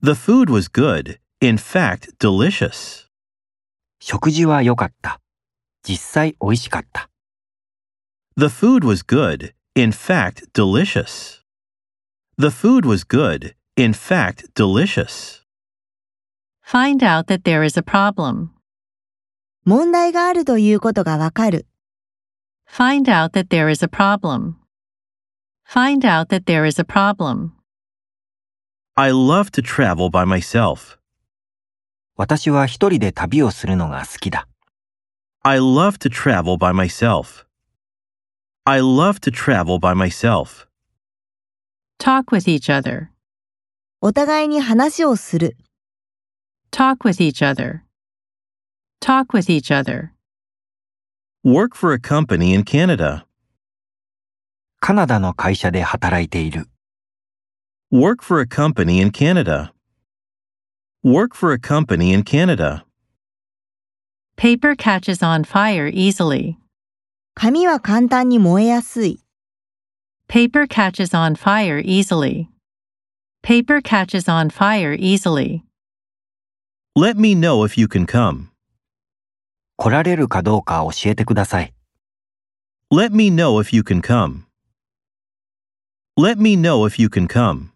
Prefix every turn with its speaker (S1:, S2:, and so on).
S1: The food was good, in fact, delicious.
S2: 食事は良かった。実際美味しかった。
S1: The food was good, in fact, delicious. The food was good, in fact, delicious.
S3: Find out that there is a problem.
S4: 問題があるということがわかる。
S3: Find out that there is a problem. Find out that there is a problem.
S1: I love to travel by myself.
S2: 私は一人で旅をするのが好きだ。
S1: I love to travel by myself. I love to travel by myself.
S3: Talk with each other.
S4: お互いに話をする。
S3: Talk with each other. Talk with each other.
S1: Work for a company in Canada.
S2: カナダの会社で働いている。
S1: Work for a company in Canada. Work for a company in Canada.
S3: Paper catches on fire easily.
S4: 紙は簡単に燃えやすい。
S3: Paper catches on fire easily. Paper catches on fire easily.
S1: Let me know if you can come.
S2: 来られるかどうか教えてください。
S1: Let me know if you can come. Let me know if you can come.